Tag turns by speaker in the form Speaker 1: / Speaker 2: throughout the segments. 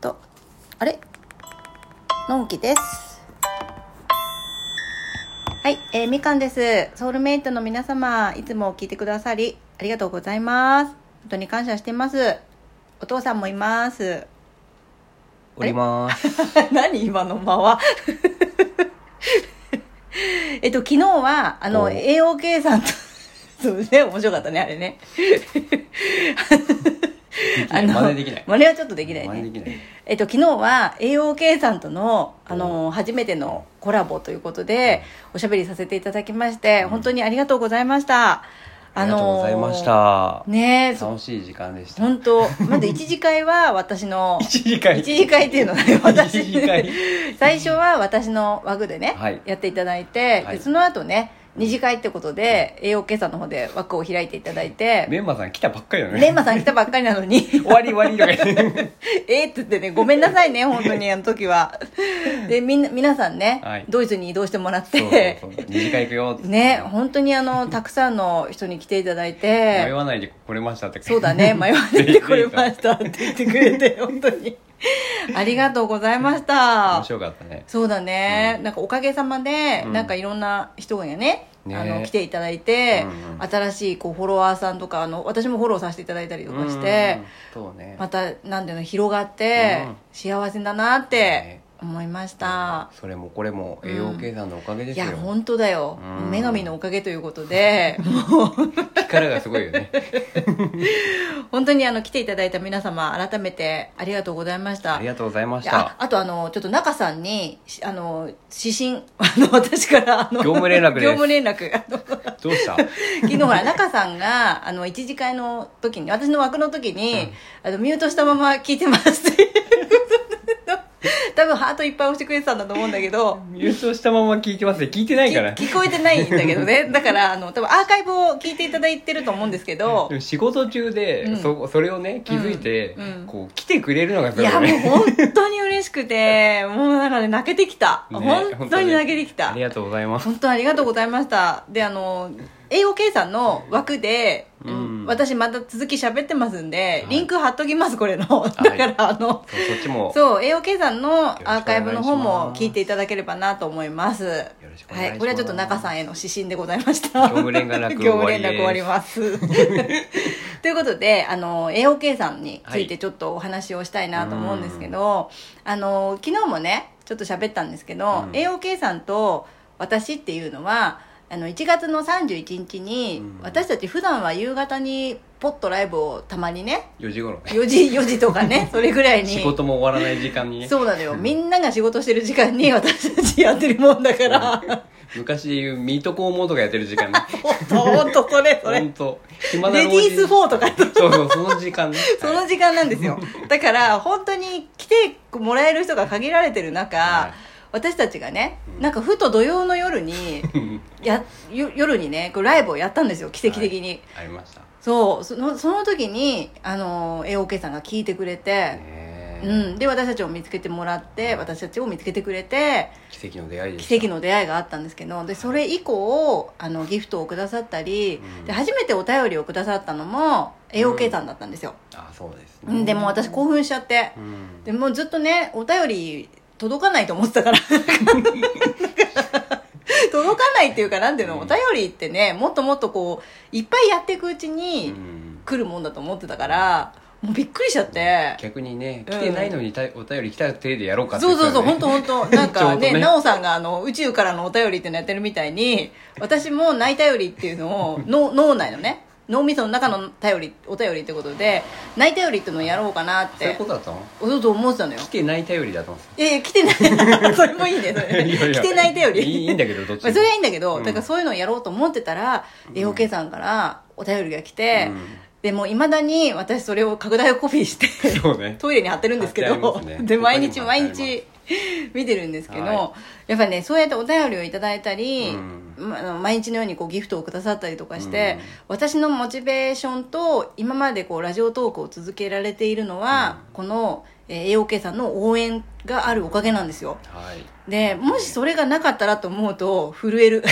Speaker 1: とあれのんきですはい、えー、みかんですソウルメイトの皆様いつも聞いてくださりありがとうございます本当に感謝してますお父さんもいます
Speaker 2: おります。
Speaker 1: 何今の間は えっと昨日はあの
Speaker 2: お
Speaker 1: AOK さんとそうね面白かったねあれね
Speaker 2: でき な
Speaker 1: あ
Speaker 2: い
Speaker 1: の
Speaker 2: 真似できない。
Speaker 1: 真似はちょっ とできない
Speaker 2: 真
Speaker 1: ね
Speaker 2: 似できない。
Speaker 1: えっと、昨日は AOK さんとのあの初めてのコラボということでおしゃべりさせていただきまして
Speaker 2: うん
Speaker 1: 本当にありがとうございました、
Speaker 2: ありがとうございまし
Speaker 1: あの
Speaker 2: た
Speaker 1: ー。ねえそ
Speaker 2: 楽しい時間でした。
Speaker 1: 本当まず一次会は 私の
Speaker 2: 一時間。
Speaker 1: 一次会っていうのは ね私
Speaker 2: 一時会
Speaker 1: 最初は私の枠でね、
Speaker 2: はい
Speaker 1: やっていただいて、
Speaker 2: は
Speaker 1: で
Speaker 2: い
Speaker 1: その後ね二次会ってことで AOK さんの方で枠を開いていただいて
Speaker 2: メンマさん来たばっかりだね。
Speaker 1: レンマさん来たばっかりなのに
Speaker 2: 終わり終わりとか 言って
Speaker 1: えーっつってねごめんなさいね本当にあの時はでみんな皆さんね、
Speaker 2: はい
Speaker 1: ドイツに移動してもらっ
Speaker 2: そう
Speaker 1: て
Speaker 2: そうそう。二次会行くよって。
Speaker 1: ね本当にあのたくさんの人に来ていただい
Speaker 2: 迷
Speaker 1: て
Speaker 2: わないで来れましたって。
Speaker 1: そうだね 迷わないで来れましたって言ってくれて本当にありがとうございまし
Speaker 2: 面
Speaker 1: た
Speaker 2: 白かったね。
Speaker 1: そうだね、
Speaker 2: うん
Speaker 1: なんかおかげさまで、
Speaker 2: うん
Speaker 1: なんかいろんな人がね
Speaker 2: ね
Speaker 1: あの来ていただいて、
Speaker 2: うんうん
Speaker 1: 新しいこうフォロワーさんとかあの私もフォローさせていただいたりとかして、
Speaker 2: うん。そうね。
Speaker 1: またなんていうの広がって、
Speaker 2: うん
Speaker 1: 幸せだなって思いました、
Speaker 2: それもこれも
Speaker 1: うん
Speaker 2: 栄養計算のおかげで
Speaker 1: い
Speaker 2: すよ
Speaker 1: や。本当だよ、
Speaker 2: うん
Speaker 1: 女神のおかげということ で
Speaker 2: 力がすごいよね。
Speaker 1: 本当にあの来ていただいた皆様改めてありがとうございました
Speaker 2: ありがとうございまし
Speaker 1: いや
Speaker 2: た。
Speaker 1: あとあのちょっと中さんにしあの指針 あの私からあの
Speaker 2: 業務連絡です
Speaker 1: 業務連絡あの
Speaker 2: どうした？
Speaker 1: 昨日ほら中さんがあの一次会の時に私の枠の時に、あのミュートしたまま聞いてますっ ていうことで多分ハートいっぱい押してくれてたんだと思うんだけど
Speaker 2: 優勝したまま聞いてますね。聞いてないから。
Speaker 1: き聞こえてないんだけど ねだからあの多分アーカイブを聞いていただいてると思うんですけど
Speaker 2: でも仕事中で、
Speaker 1: うん
Speaker 2: そそれをね気づいて、
Speaker 1: うんうん
Speaker 2: こう来てくれるのがす
Speaker 1: い
Speaker 2: ごい
Speaker 1: や
Speaker 2: よ
Speaker 1: もう
Speaker 2: ね
Speaker 1: 本当に嬉しくてもうなんかね泣けてきた、
Speaker 2: ね
Speaker 1: 本当に泣けてきた
Speaker 2: ありがとうございます
Speaker 1: 本当ありがとうございましたであの英語計算の枠で、
Speaker 2: うん
Speaker 1: 私また続き喋ってますんで、
Speaker 2: い
Speaker 1: リンク貼っときますこれの、
Speaker 2: い
Speaker 1: だからあの
Speaker 2: そうそっちも
Speaker 1: そう英語計算のアーカイブの方
Speaker 2: よ
Speaker 1: も
Speaker 2: ろしくお願いします
Speaker 1: 聞いていただければなと思います
Speaker 2: ろしくお願いします
Speaker 1: はい、これはちょっと中さんへの指針でございました
Speaker 2: 業務連絡
Speaker 1: 業務連絡終わります ということであの AOK さんについてちょっとお話をしたいなと思うんですけど、あの昨日もねちょっと喋ったんですけど、
Speaker 2: うん
Speaker 1: AOK さんと私っていうのはあの1月の31日に、
Speaker 2: うん
Speaker 1: 私たち普段は夕方にポッとライブをたまにね
Speaker 2: 4時頃ね
Speaker 1: 4時4時とか ねそれぐらいに
Speaker 2: 仕事も終わらない時間にね
Speaker 1: そうなのよみんなが仕事してる時間に 私たちやってるもんだから
Speaker 2: 昔で言うミートコーモーとかやってる時間 ね
Speaker 1: 本当それそれ
Speaker 2: 本当暇
Speaker 1: レディース
Speaker 2: ォ
Speaker 1: 4とか
Speaker 2: そうそうその時間ね
Speaker 1: その時間なんですよだから本当に来てもらえる人が限られてる中、
Speaker 2: はい
Speaker 1: 私たちがねなんかふと土曜の夜に
Speaker 2: 間
Speaker 1: やよ夜にねこうライブをやったんですよ奇跡的に、
Speaker 2: ありましたね
Speaker 1: そうそのその時にあの AOK さんが聞いてくれて、
Speaker 2: え
Speaker 1: うん、で私たちを見つけてもらって私たちを見つけてくれて
Speaker 2: 奇跡の出会いでした
Speaker 1: 奇跡の出会いがあったんですけどでそれ以降あのギフトをくださったり、
Speaker 2: うん
Speaker 1: で初めてお便りをくださったのも AOK さんだったんですよ、
Speaker 2: あそうです
Speaker 1: う
Speaker 2: ね
Speaker 1: ん、でも私興奮しちゃって
Speaker 2: うん
Speaker 1: でもうずっとねお便り届かないと思ってたから 届かないっていうかなんていうの、
Speaker 2: うん
Speaker 1: お便りってねもっともっとこういっぱいやっていくうち
Speaker 2: う
Speaker 1: に
Speaker 2: ん
Speaker 1: 来るもんだと思ってたから、もうびっくりしちゃって、
Speaker 2: 逆にね
Speaker 1: うん
Speaker 2: 来てないのにたお便り来た手でやろうかって
Speaker 1: そうそうそう本
Speaker 2: 言って
Speaker 1: 当本当なんか
Speaker 2: ちょう
Speaker 1: ね
Speaker 2: どね
Speaker 1: なおさんがあの宇宙からのお便りっていうのやってるみたいに私も「ない頼り」っていうのをの脳内のね脳みその中の頼りお便りってことで「ない頼り」っていうのをやろうかなった
Speaker 2: よね
Speaker 1: て
Speaker 2: そういうことだったの
Speaker 1: そうそう思ってたのよ
Speaker 2: 来てない頼りだと思って
Speaker 1: いやいや来てない それも いいねそ
Speaker 2: た
Speaker 1: れ来てない頼り
Speaker 2: いいいいんだけどどっち
Speaker 1: まあ、それはいいんだけど、
Speaker 2: うん
Speaker 1: だからそういうのをやろうと思ってたら、AOK さんからお便りが来て、
Speaker 2: うん
Speaker 1: でもいまだに私それを拡大をコピーして
Speaker 2: そうね
Speaker 1: トイレに貼ってるんですけ
Speaker 2: 貼ってあ
Speaker 1: ど、
Speaker 2: りますね
Speaker 1: で毎
Speaker 2: 他
Speaker 1: 日
Speaker 2: にも貼って
Speaker 1: 毎
Speaker 2: あります
Speaker 1: 日見てるんですけど、
Speaker 2: は
Speaker 1: やっぱねそうやってお便りをいただいたり、
Speaker 2: う
Speaker 1: まあの毎日のようにこうギフトをくださったりとかして、
Speaker 2: うん
Speaker 1: 私のモチベーションと今までこうラジオトークを続けられているのは、この、えー AOK さんの応援があるおかげなんですよ
Speaker 2: はい
Speaker 1: でも しそれがなかったらと思うと震える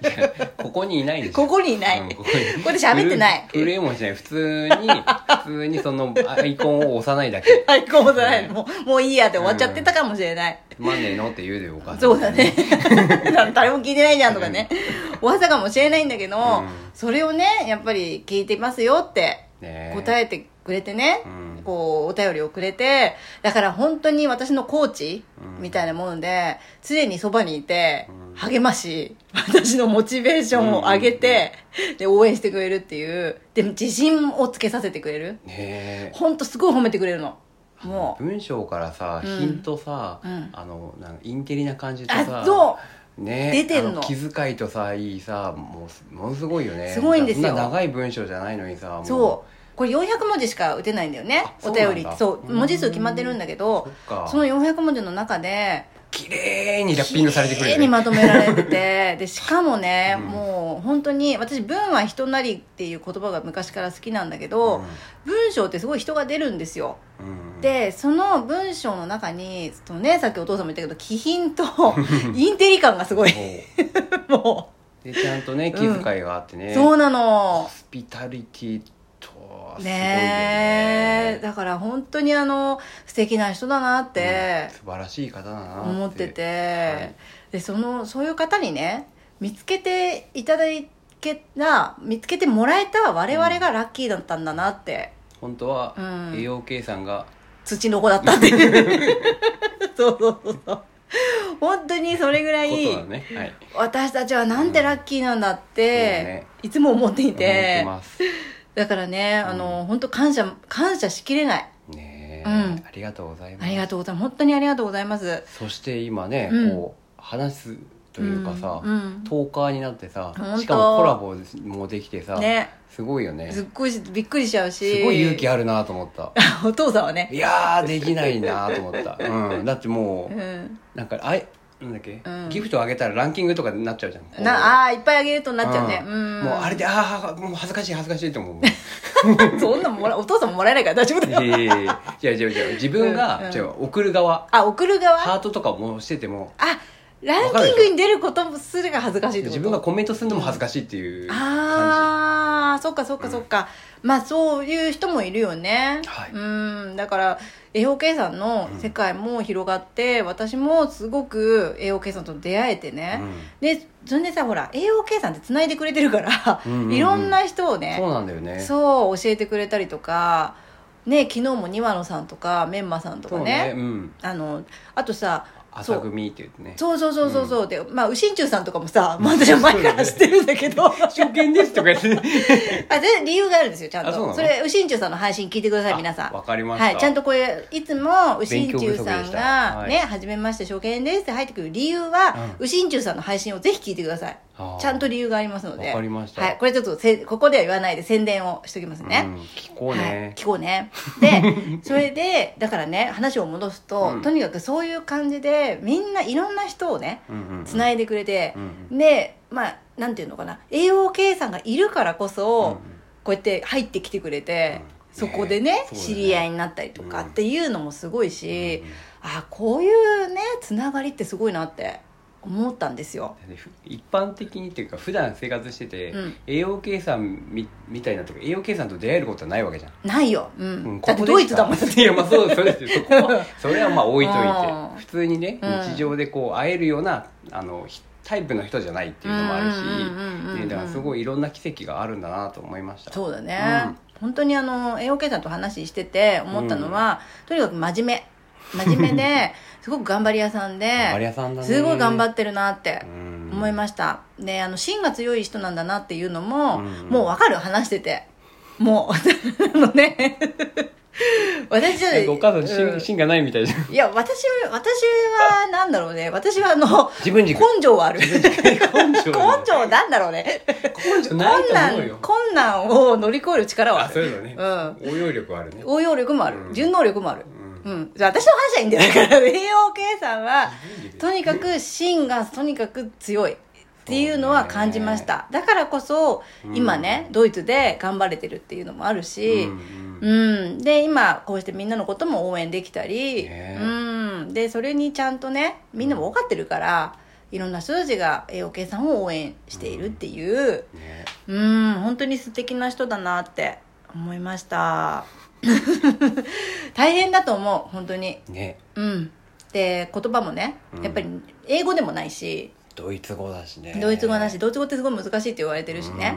Speaker 2: いやこここにいないでしょ
Speaker 1: ここにいない
Speaker 2: うんここに
Speaker 1: ここで喋ってない
Speaker 2: 震え震えもしない普通に 普通にそのアイコンを押さないだけ
Speaker 1: アイコンもじゃないのもうもういいやって終わっちゃってたかもしれない、
Speaker 2: つまんねえのって言うでよお母さん
Speaker 1: そうだね 誰も聞いてないじゃんとかねおわざかもしれないんだけど、
Speaker 2: うん
Speaker 1: それをねやっぱり聞いてますよって
Speaker 2: ね
Speaker 1: 答
Speaker 2: え
Speaker 1: えてくれてね、
Speaker 2: うん
Speaker 1: こうお便りをくれてだから本当に私のコーチ
Speaker 2: うん
Speaker 1: みたいなもので常にそばにいて
Speaker 2: うん
Speaker 1: 励まし私のモチベーションを上げてで応援してくれるっていうでも自信をつけさせてくれる
Speaker 2: ねえ
Speaker 1: 本当すごい褒めてくれるのもう
Speaker 2: 文章からさ
Speaker 1: うん
Speaker 2: ヒントさ、
Speaker 1: うん
Speaker 2: あのなんかインテリな感じと
Speaker 1: あ
Speaker 2: さ
Speaker 1: そう
Speaker 2: ね、
Speaker 1: 出てんの
Speaker 2: あ気遣いとさいいさもうすものすごいよね
Speaker 1: すごいんですよ
Speaker 2: そな長い文章じゃないのにさも
Speaker 1: そうこれ400文字しか打てないんだよね
Speaker 2: あ
Speaker 1: お
Speaker 2: そうなんだ
Speaker 1: 便りってそう
Speaker 2: うん
Speaker 1: 文字数決まってるんだけ
Speaker 2: そ
Speaker 1: ど
Speaker 2: っか
Speaker 1: その400文字の中で
Speaker 2: 綺麗にラッピングされてくれ
Speaker 1: 綺
Speaker 2: る
Speaker 1: 麗に
Speaker 2: ね
Speaker 1: まとめられて てでしかもね、
Speaker 2: うん
Speaker 1: もう本当に私文は人なりっていう言葉が昔から好きなんだけど、文章ってすごい人が出るんですよ、
Speaker 2: うんうん
Speaker 1: でその文章の中にそのねさっきお父さんも言ったけど気品 とインテリ感がすごい
Speaker 2: そう
Speaker 1: も
Speaker 2: でちゃんとね気遣いがあって
Speaker 1: う、
Speaker 2: ね、
Speaker 1: そう
Speaker 2: ホ
Speaker 1: なの
Speaker 2: スピタリティとはすごいよ
Speaker 1: ねえ
Speaker 2: ね
Speaker 1: だから本当にあの素敵な人だなって、
Speaker 2: うん素晴らしい方だな
Speaker 1: 思ってて、
Speaker 2: はい
Speaker 1: でそのそういう方にね見つけていただけた見つけてもらえた我々がラッキーだったんだなって、
Speaker 2: 本当は
Speaker 1: うん
Speaker 2: 栄養計算が、
Speaker 1: 土の子だったっていう そうそうそうそう本当にそれぐらい
Speaker 2: ことだねはい
Speaker 1: 私たちはなんてラッキーなんだっ
Speaker 2: うんそう
Speaker 1: て
Speaker 2: ね、
Speaker 1: いつも思ってい
Speaker 2: 思って
Speaker 1: て
Speaker 2: ます
Speaker 1: だからね、あの本当感謝感謝しきれない
Speaker 2: ねえ、
Speaker 1: うん
Speaker 2: ありがとうございます
Speaker 1: ありがとうございます本当にありがとうございます
Speaker 2: そして今ね、
Speaker 1: うん
Speaker 2: こう話すというかさ、
Speaker 1: うんうん
Speaker 2: トーカーになってさ
Speaker 1: 本当
Speaker 2: しかもコラボもできてさ、
Speaker 1: ね
Speaker 2: すごいよね
Speaker 1: す
Speaker 2: す
Speaker 1: っごいびっくりしちゃうし
Speaker 2: ごい勇気あるなと思った
Speaker 1: あ お父さんはね
Speaker 2: いやーできないなと思った、うん、だっても
Speaker 1: う
Speaker 2: うんなんかあいなんだっけ、
Speaker 1: うん
Speaker 2: ギフトあげたらランキングとかになっちゃうじゃんこう
Speaker 1: なあーいっぱいあげるとなっちゃうね
Speaker 2: う
Speaker 1: うんん
Speaker 2: もうあれでああもう恥ずかしい恥ずかしいと思 う
Speaker 1: そんなんもらお父さんももらえないから大丈夫
Speaker 2: い
Speaker 1: だ
Speaker 2: や
Speaker 1: よ
Speaker 2: いやいやいや違う違う自分
Speaker 1: うんう
Speaker 2: が
Speaker 1: ん
Speaker 2: 違う送る側
Speaker 1: あ送る側
Speaker 2: ハ
Speaker 1: あ
Speaker 2: ートとかもしてても
Speaker 1: ランキングに出ることすらが恥ずかしいってこと
Speaker 2: 自分がコメントするのも恥ずかしいっていう感
Speaker 1: ああそっかそっかそっか、まあそういう人もいるよね、
Speaker 2: はい
Speaker 1: うんだから栄養計算の世界も広がって、私もすごく栄養計算と出会えて
Speaker 2: じ、
Speaker 1: ね、
Speaker 2: うん
Speaker 1: でそれでさほら栄養計算ってつないでくれてるから、
Speaker 2: うんうんうん
Speaker 1: いろんな人をね
Speaker 2: そうなんだよね
Speaker 1: そう教えてくれたりとかね昨日も庭野さんとかメンマさんとか
Speaker 2: そう
Speaker 1: ね
Speaker 2: うん
Speaker 1: あのあとさそ
Speaker 2: 朝
Speaker 1: う
Speaker 2: 組って言ってね
Speaker 1: そうそうそうそうそう、でまあ右心中さんとかもさ、まあ、私は前から知ってるんだけどあ
Speaker 2: 初見ですとか言ってね
Speaker 1: 全理由 があるんですよちゃん
Speaker 2: あそうな
Speaker 1: とそ
Speaker 2: の
Speaker 1: れ右心中さんの配信聞いてください皆さ
Speaker 2: あわ
Speaker 1: ん
Speaker 2: かりました、
Speaker 1: はい、ちゃんとこれいつも右心中さ
Speaker 2: 勉強不足で
Speaker 1: ん
Speaker 2: した
Speaker 1: が「
Speaker 2: はい
Speaker 1: ね、初めまして初見です」って入ってくる理由は、
Speaker 2: うん
Speaker 1: 右心中さんの配信をぜひ聞いてください
Speaker 2: あー
Speaker 1: ちゃんと理由がありますので
Speaker 2: わかりました
Speaker 1: はい、これちょっとせここでは言わないで宣伝をしときますね、
Speaker 2: うん聞こうね
Speaker 1: はい、、聞こうねで それでだからね話を戻すと、
Speaker 2: うん
Speaker 1: とにかくそういう感じでみんないろんな人をね
Speaker 2: うんうんうん
Speaker 1: つないでくれて
Speaker 2: うん、
Speaker 1: でまあなんていうのかな栄養計算がいるからこそ、
Speaker 2: うんうん
Speaker 1: こうやって入ってきてくれて、
Speaker 2: うん
Speaker 1: そこでね
Speaker 2: ねそうだね
Speaker 1: 知り合いになったりとか
Speaker 2: うん
Speaker 1: っていうのもすごい
Speaker 2: う
Speaker 1: し、
Speaker 2: んうん
Speaker 1: あこういうねつながりってすごいなって思ったんですよ。
Speaker 2: でふ一般的にっていうか普段生活してて、
Speaker 1: うん
Speaker 2: 栄養計算みみたいなとか栄養計算と出会えることはないわけじゃん、
Speaker 1: ないよ、うん
Speaker 2: うん
Speaker 1: だってドイツだもん
Speaker 2: ここでしか いやまあそうそれですよそこはそれはまあ置いとい
Speaker 1: うん
Speaker 2: て普通にね
Speaker 1: うん
Speaker 2: 日常でこう会えるようなあのひタイプの人じゃないっていうのもあるし
Speaker 1: うんうんうんうんうん
Speaker 2: ねだからすごいいろんな奇跡があるんだなと思いました
Speaker 1: そうだね、本当にあの栄養計算と話してて思ったのは、とにかく真面目真面目 ですごく頑張り屋さんで
Speaker 2: 頑張り屋さんだね
Speaker 1: すごい頑張ってるなって思い
Speaker 2: し
Speaker 1: ました、であの芯が強い人なんだなっていうのも、
Speaker 2: うん
Speaker 1: もう分かる話しててもう あのね私は
Speaker 2: お母さん芯、
Speaker 1: うん
Speaker 2: 芯がないみたいじゃん
Speaker 1: いや私は私はなんだろうね私はあの
Speaker 2: 自分軸
Speaker 1: 根性はある根
Speaker 2: 根性
Speaker 1: 性なんだろうね
Speaker 2: 根性ない
Speaker 1: 困
Speaker 2: と思う
Speaker 1: 難
Speaker 2: よ
Speaker 1: 困難を乗り越える力はあ
Speaker 2: あ
Speaker 1: る
Speaker 2: そういうのね、
Speaker 1: う
Speaker 2: 応用力はあるね
Speaker 1: 応用力もある、
Speaker 2: うん
Speaker 1: 順応力もある、
Speaker 2: う
Speaker 1: うんじゃあ私の話はいいんだよだから栄養計算は
Speaker 2: 自分軸
Speaker 1: とにかく芯がとにかく強いっていうのは感じました、だからこそ
Speaker 2: うん
Speaker 1: 今ね、ドイツで頑張れてるっていうのもあるし、
Speaker 2: うんうん
Speaker 1: うん、で今こうしてみんなのことも応援できたり、
Speaker 2: ね
Speaker 1: うん、でそれにちゃんとねみんなも分かってるから、いろんな人たちが AOK さんを応援しているっていう、
Speaker 2: ね
Speaker 1: うん、本当に素敵な人だなって思いました。 大変だと思う、本当に。
Speaker 2: ね
Speaker 1: うん。で、言葉もね
Speaker 2: う、ん
Speaker 1: やっぱり英語でもないし、
Speaker 2: ドイツ語だしね
Speaker 1: ドイツ語なし、ドイツ語ってすごい難しいって言われてるしね。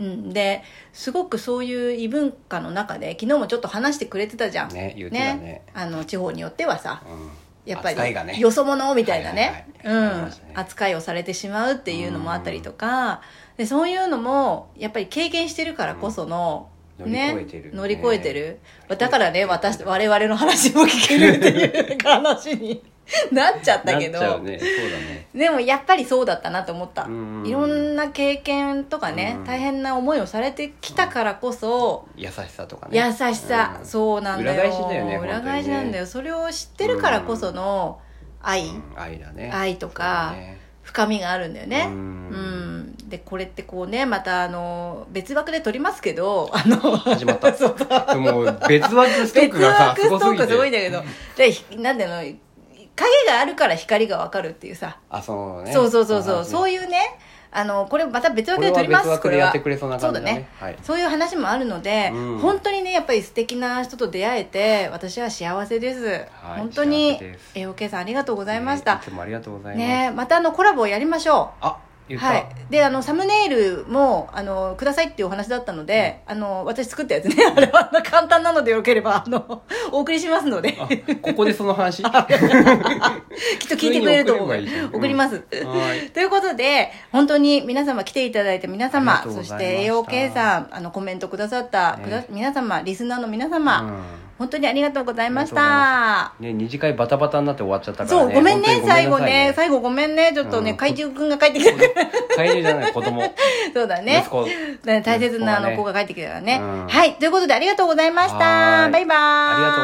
Speaker 2: うん
Speaker 1: うん、ですごくそういう異文化の中で昨日もちょっと話してくれてたじゃん
Speaker 2: ね言ってたね
Speaker 1: あの地方によってはさ
Speaker 2: うん
Speaker 1: やっぱり
Speaker 2: 扱いがね
Speaker 1: よそ者みたいなね
Speaker 2: はいはいはいあり
Speaker 1: う
Speaker 2: ま
Speaker 1: ん
Speaker 2: したね
Speaker 1: 扱いをされてしまうっていうのもあったりとかでそういうのもやっぱり経験してるからこその、
Speaker 2: うん
Speaker 1: ね
Speaker 2: 乗り越えてる
Speaker 1: 乗り越えてる
Speaker 2: ね
Speaker 1: だからね私我々の話も聞けるっていうなんか話に なっちゃったけど
Speaker 2: なっちゃうねそうだね
Speaker 1: でもやっぱりそうだったなと思った、
Speaker 2: うん
Speaker 1: いろんな経験とかね、
Speaker 2: うん
Speaker 1: 大変な思いをされてきたからこそ、
Speaker 2: 優しさとかね
Speaker 1: 優しさ、
Speaker 2: うん
Speaker 1: そうなんだよ
Speaker 2: 裏返しだよね
Speaker 1: 裏返し
Speaker 2: 本当にね
Speaker 1: なんだよそれを知ってるからこその愛、
Speaker 2: うん愛だね
Speaker 1: 愛とか
Speaker 2: そうだね
Speaker 1: 深みがあるんだよね
Speaker 2: う
Speaker 1: うんん、でこれってこうねまたあの別枠で撮りますけどあの
Speaker 2: 始まった
Speaker 1: そう
Speaker 2: もう別枠ストック
Speaker 1: 別
Speaker 2: がさ
Speaker 1: 枠
Speaker 2: すご
Speaker 1: スト
Speaker 2: す
Speaker 1: ー
Speaker 2: ぎ
Speaker 1: クすごいん
Speaker 2: て
Speaker 1: だけどでひなんていうの影があるから光がわかるっていうさ
Speaker 2: あそうね
Speaker 1: そうそうそうそう、そう
Speaker 2: いう
Speaker 1: いうね、あの、これまた別枠で
Speaker 2: こ
Speaker 1: 撮
Speaker 2: れ
Speaker 1: り
Speaker 2: は
Speaker 1: ま
Speaker 2: 別
Speaker 1: す、こ
Speaker 2: 枠で
Speaker 1: れ
Speaker 2: や
Speaker 1: は
Speaker 2: って。くれそうな感じだ
Speaker 1: そうだ
Speaker 2: ね
Speaker 1: ね
Speaker 2: はい
Speaker 1: そういう話もあるので、
Speaker 2: うん
Speaker 1: 本当にね、やっぱり素敵な人と出会えて、私は幸せです。
Speaker 2: はい
Speaker 1: 本当に
Speaker 2: 幸せです、
Speaker 1: AOK さんありがとうご
Speaker 2: ご
Speaker 1: ざいました
Speaker 2: い。つもありがとうございます
Speaker 1: ねまたあの、コラボをやりましょ
Speaker 2: あ
Speaker 1: う。
Speaker 2: 言った
Speaker 1: はい。で、あの、サムネイルも、あの、くださいっていうお話だったので、あの、私作ったやつね、 あれはあの簡単なのでよければ、あの、お送りしますので、
Speaker 2: あここでその 話
Speaker 1: きっと聞いてくれると思う。
Speaker 2: 普通に送ればいいじゃんうん
Speaker 1: 送ります。
Speaker 2: はい
Speaker 1: ということで本当に皆様来ていただいた皆
Speaker 2: あ
Speaker 1: 様
Speaker 2: りがとう
Speaker 1: そ
Speaker 2: ござい
Speaker 1: し
Speaker 2: ま
Speaker 1: て
Speaker 2: した
Speaker 1: AOK さんあのコメントくださった、
Speaker 2: ね
Speaker 1: くだ皆様リスナーの皆様、
Speaker 2: う
Speaker 1: 本当にありがとうございまし
Speaker 2: あ
Speaker 1: た
Speaker 2: んね二次会バタバタになって終わっちゃったから
Speaker 1: そう
Speaker 2: ね
Speaker 1: ごめんね
Speaker 2: 本当に
Speaker 1: 最
Speaker 2: ご
Speaker 1: 後
Speaker 2: めんなさい
Speaker 1: ね最後ごめんねちょっとね、
Speaker 2: うん
Speaker 1: 怪獣くんが帰って きたから
Speaker 2: 帰りじゃない子供
Speaker 1: そうだ ね
Speaker 2: 息子
Speaker 1: ね大切なあ
Speaker 2: 息
Speaker 1: の
Speaker 2: 子
Speaker 1: 子
Speaker 2: が
Speaker 1: が帰ってきたからね、
Speaker 2: うん
Speaker 1: はいということでありがとうございまし
Speaker 2: は
Speaker 1: た
Speaker 2: ーい
Speaker 1: バイバーイ
Speaker 2: ありがとう